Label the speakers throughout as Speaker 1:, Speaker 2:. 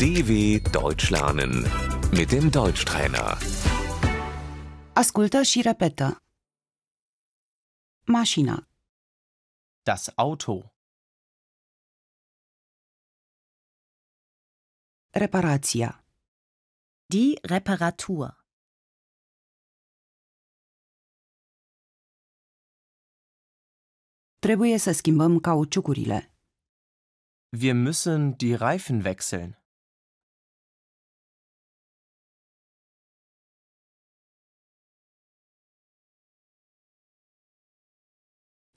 Speaker 1: DW Deutsch lernen mit dem Deutschtrainer.
Speaker 2: Ascultă și repetă. Mașina,
Speaker 3: Das Auto.
Speaker 2: reparația,
Speaker 4: Die Reparatur.
Speaker 2: trebuie să schimbăm cauciucurile,
Speaker 3: Wir müssen die Reifen wechseln.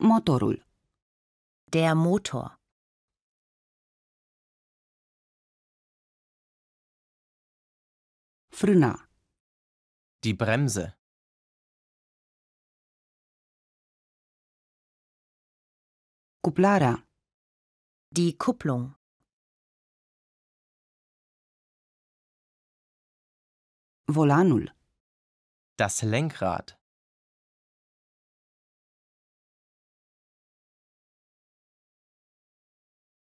Speaker 2: motorul,
Speaker 4: Der Motor.
Speaker 2: frâna,
Speaker 3: Die Bremse.
Speaker 2: cuplarea,
Speaker 4: Die Kupplung.
Speaker 2: volanul,
Speaker 3: Das Lenkrad.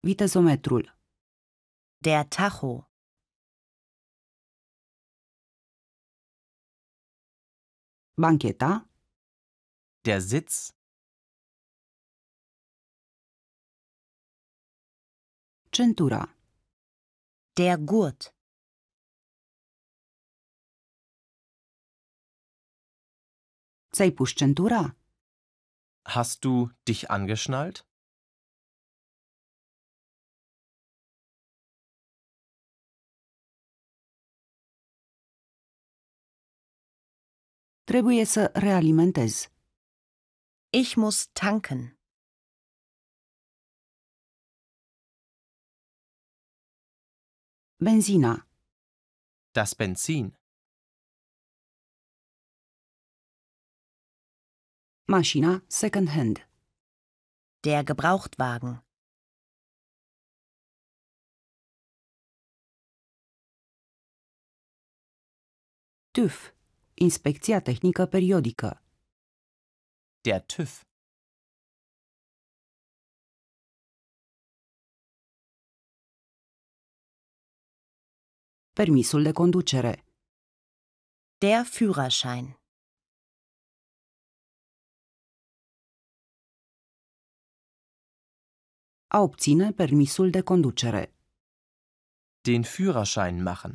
Speaker 2: vitezometrul,
Speaker 4: Der Tacho.
Speaker 2: bancheta,
Speaker 3: Der Sitz.
Speaker 2: centura,
Speaker 4: Der Gurt.
Speaker 2: ți-ai pus centura,
Speaker 3: Hast du dich angeschnallt?
Speaker 2: trebuie să realimentez,
Speaker 4: Ich muss tanken.
Speaker 2: benzina,
Speaker 3: Das Benzin.
Speaker 2: mașina second hand,
Speaker 4: Der Gebrauchtwagen.
Speaker 2: TÜV, inspecția tehnică periodică,
Speaker 3: Der TÜV.
Speaker 2: permisul de conducere,
Speaker 4: Der Führerschein.
Speaker 2: a obține permisul de conducere,
Speaker 3: Den Führerschein machen.